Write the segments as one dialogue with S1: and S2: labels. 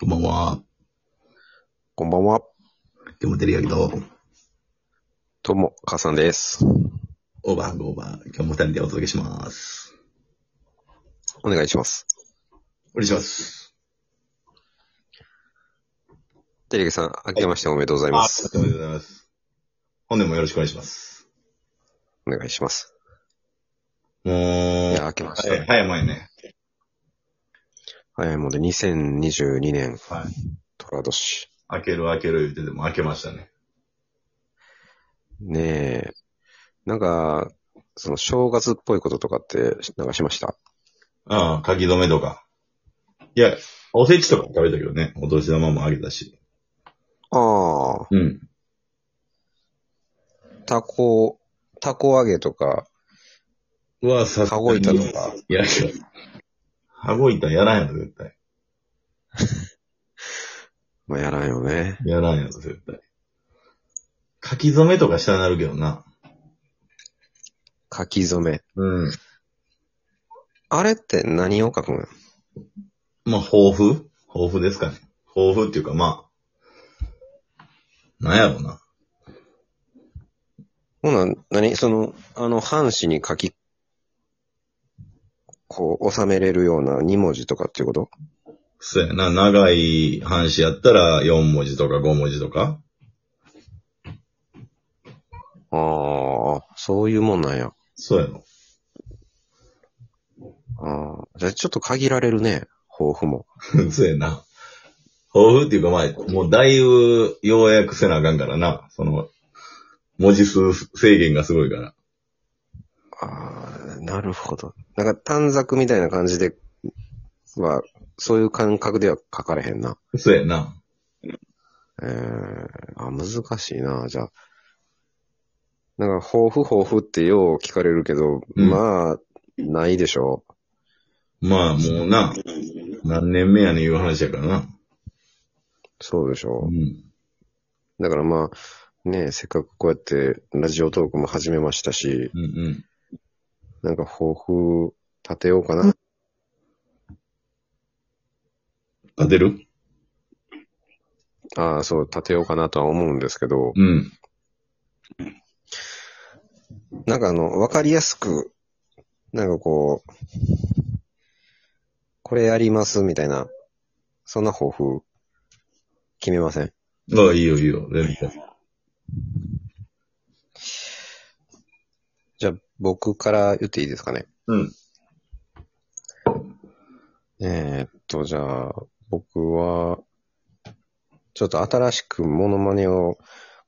S1: こんばんは。
S2: こんばんは。
S1: 今日も照り焼きと、
S2: どうも、母さんです。
S1: オーバーオーバー、今日も二人でお届けします。
S2: お願いします。
S1: お願いします。
S2: テレビさん、明けましておめでとうございます。
S1: ありがとうございます。本年もよろしくお願いします。
S2: お願いします。
S1: もう、
S2: いや、明けました
S1: 早い
S2: ね。
S1: 早い前ね。
S2: はい、もうで2022年、
S1: はい。
S2: 虎年。
S1: 開ける開ける言ってても開けましたね。
S2: ねえ。なんか、その正月っぽいこととかって、なんかしました
S1: ああ、書き留めとか。いや、おせちとかも食べたけどね。お年玉もあげたし。
S2: ああ、
S1: うん。
S2: タコ、タコ揚げとか、
S1: うわ、さ
S2: 羽子板とか。
S1: いや、いや。羽子板やらんやろ、絶対。
S2: まあ、やらんよね。
S1: やらんやろ、絶対。書き初めとかしたらなるけどな。
S2: 書き初め。
S1: うん。
S2: あれって何を書くん
S1: まあ、抱負抱負ですかね。抱負っていうか、まあ、なんやろうな。
S2: ほな、何その、あの、半紙に書き、こう、収めれるような2文字とかっていうこと
S1: そうやな、長い半紙やったら4文字とか5文字とか。
S2: ああ、そういうもんなんや。
S1: そうやろ。
S2: ああ、じゃあちょっと限られるね、抱負も。
S1: そうやな。抱負っていうか、まあ、もうだいぶ要約せなあかんからな。その、文字数制限がすごいから。
S2: ああ、なるほど。なんか短冊みたいな感じでは、そういう感覚では書かれへんな。
S1: そうやな。
S2: ええあ、難しいな、じゃあ。なんか、抱負抱負ってよう聞かれるけど、
S1: うん
S2: まあ、ないでしょ
S1: まあ、もうな、何年目やねんいう話やからな。
S2: そうでしょ
S1: うん。
S2: だからまあ、ねえ、せっかくこうやってラジオトークも始めましたし、
S1: うんうん。
S2: なんか抱負立てようかな。
S1: 当てる
S2: ああ、そう、立てようかなとは思うんですけど、
S1: うん。
S2: なんかあの、わかりやすく、なんかこう、これやりますみたいな、そんな抱負、決めません。
S1: ああ、いいよいいよ。全然。
S2: じゃあ、僕から言っていいですかね。
S1: うん。
S2: えーっと、じゃあ、僕は、ちょっと新しくモノマネを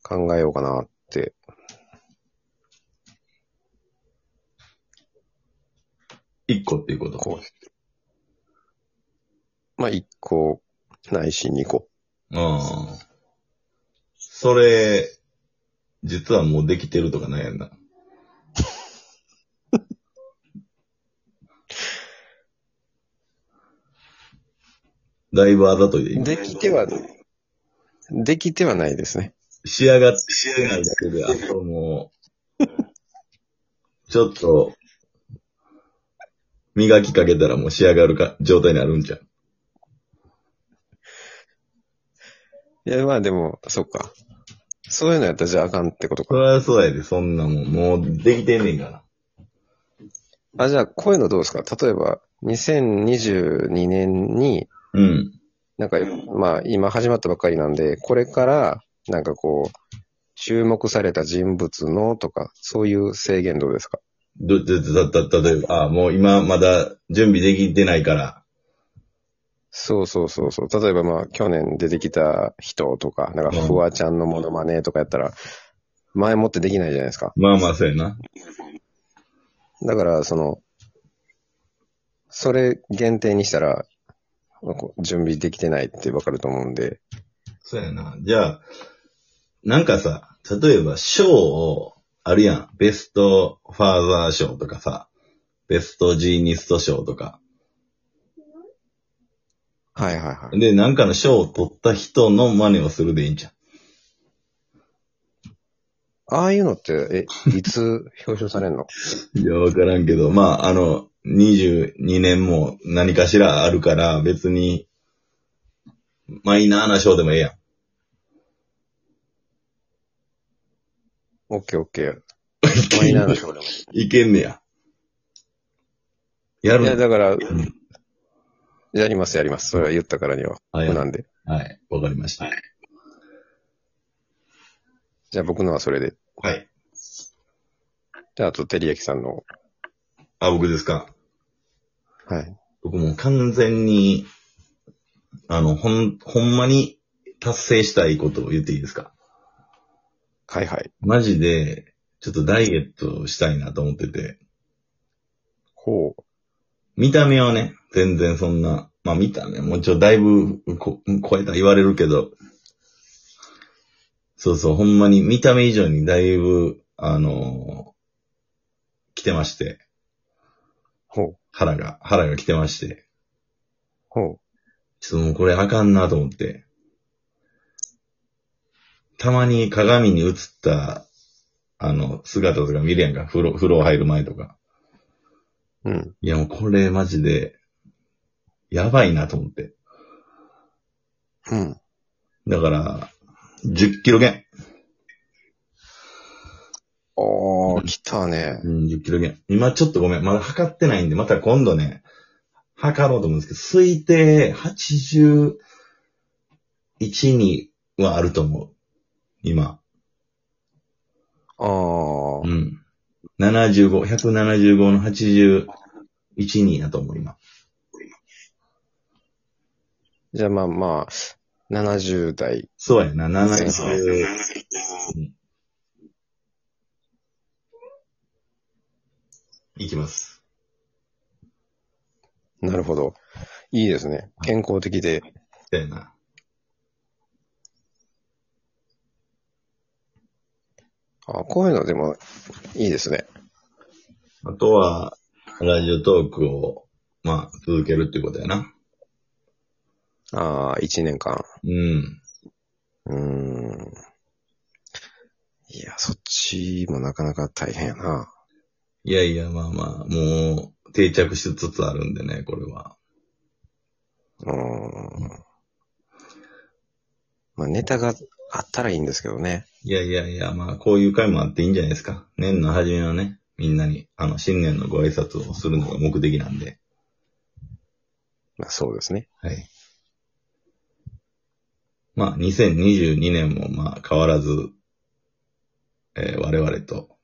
S2: 考えようかなって。
S1: 一個っていうこと。
S2: こう。まあ、1個、ないし2個。
S1: ああ。それ、実はもうできてるとかなんやんな。だいぶあざといで今
S2: できては、できてはないですね。
S1: 仕上がって、仕上がってる。あともう、ちょっと、磨きかけたらもう仕上がるか、状態になるんじゃん。
S2: いや、まあでも、そっか。そういうのやったらじゃああかんってこと
S1: そ
S2: か。
S1: りゃそうやで、そんなもん。もうできてんねんから。
S2: あ、じゃあ、こういうのどうですか例えば、2022年に、
S1: うん。
S2: なんか、まあ、今始まったばっかりなんで、これから、なんかこう、注目された人物のとか、そういう制限どうですか
S1: ど、ど、ど、ど、ど、例えば、あ、もう今まだ準備できてないから。
S2: そうそうそうそう。例えばまあ、去年出てきた人とか、なんか、
S1: うん
S2: フワちゃんのモノマネとかやったら、前もってできないじゃないですか。
S1: まあまあ、そうやな。
S2: だから、その、それ限定にしたら、こう準備できてないってわかると思うんで、
S1: そうやな。じゃあ、なんかさ、例えば、賞を、あるやん。ベストファーザー賞とかさ、ベストジーニスト賞とか。
S2: はいはいはい。
S1: で、なんかの賞を取った人の真似をするでいいんじゃん。
S2: ああいうのって、え、いつ表彰されるの
S1: いや、わからんけど、まあ、あの、22年も何かしらあるから、別に、マイナーな賞でもええやん。
S2: オッケーオッ ケー。マイナーな賞でも。
S1: いけんねや。やる
S2: いや、
S1: の
S2: だから、
S1: ん
S2: やります、やります。それは言ったからには。
S1: あやる
S2: なんで。
S1: はい。わかりました。
S2: じゃあ僕のはそれで。
S1: はい。
S2: じゃあ、あと、照り焼きさんの。
S1: あ、僕ですか。
S2: はい。
S1: 僕もう完全に、あの、ほん、ほんまに達成したいことを言っていいですか
S2: はいはい。
S1: マジで、ちょっとダイエットをしたいなと思ってて、
S2: ほう。
S1: 見た目はね、全然そんな、まあ見た目もちょ、だいぶこ超えたら言われるけど、そうそう、ほんまに見た目以上にだいぶ、あの来てまして、
S2: ほう。
S1: 腹が、腹が来てまして、
S2: ほう。
S1: ちょっともうこれあかんなと思って。たまに鏡に映った、あの、姿とか見るやんか。風呂、風呂入る前とか。
S2: うん。
S1: いやもうこれマジで、やばいなと思って。
S2: うん。
S1: だから、10キロ減。
S2: おー、来たね。
S1: うん、10キロ減。今ちょっとごめん。まだ測ってないんで、また今度ね、測ろうと思うんですけど、推定81にはあると思う。今。
S2: あ
S1: う。
S2: ー
S1: ん。75、175の81人やと思う、今。
S2: じゃあ、まあまあ、70代。
S1: そうやな、
S2: そう
S1: 70。いきます。
S2: なるほど。いいですね。健康的で。
S1: だよな。
S2: あこういうのでも、いいですね。
S1: あとは、ラジオトークを、まあ、続けるっていうことやな。
S2: ああ、1年間。
S1: うん。
S2: うーん。いや、そっちもなかなか大変やな。
S1: いやいや、まあまあ、もう、定着しつつあるんでね、これは。
S2: うーん。まあ、ネタがあったらいいんですけどね。
S1: いやいやいや、まあ、こういう会もあっていいんじゃないですか。年の初めはね、みんなに、あの、新年のご挨拶をするのが目的なんで。
S2: まあ、そうですね。
S1: はい。まあ、2022年も、まあ、変わらず、えー我々と、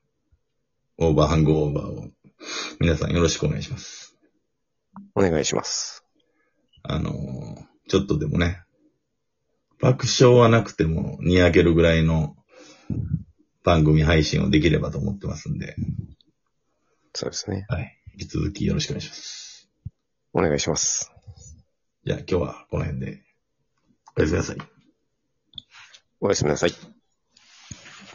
S1: オーバーハングオーバーを、皆さんよろしくお願いします。
S2: お願いします。
S1: あのーちょっとでもね、爆笑はなくても、にやけるぐらいの番組配信をできればと思ってますんで、
S2: そうですね。
S1: はい。引き続きよろしくお願いします。
S2: お願いします。
S1: じゃあ今日はこの辺で、おやすみなさい。
S2: おやすみなさい。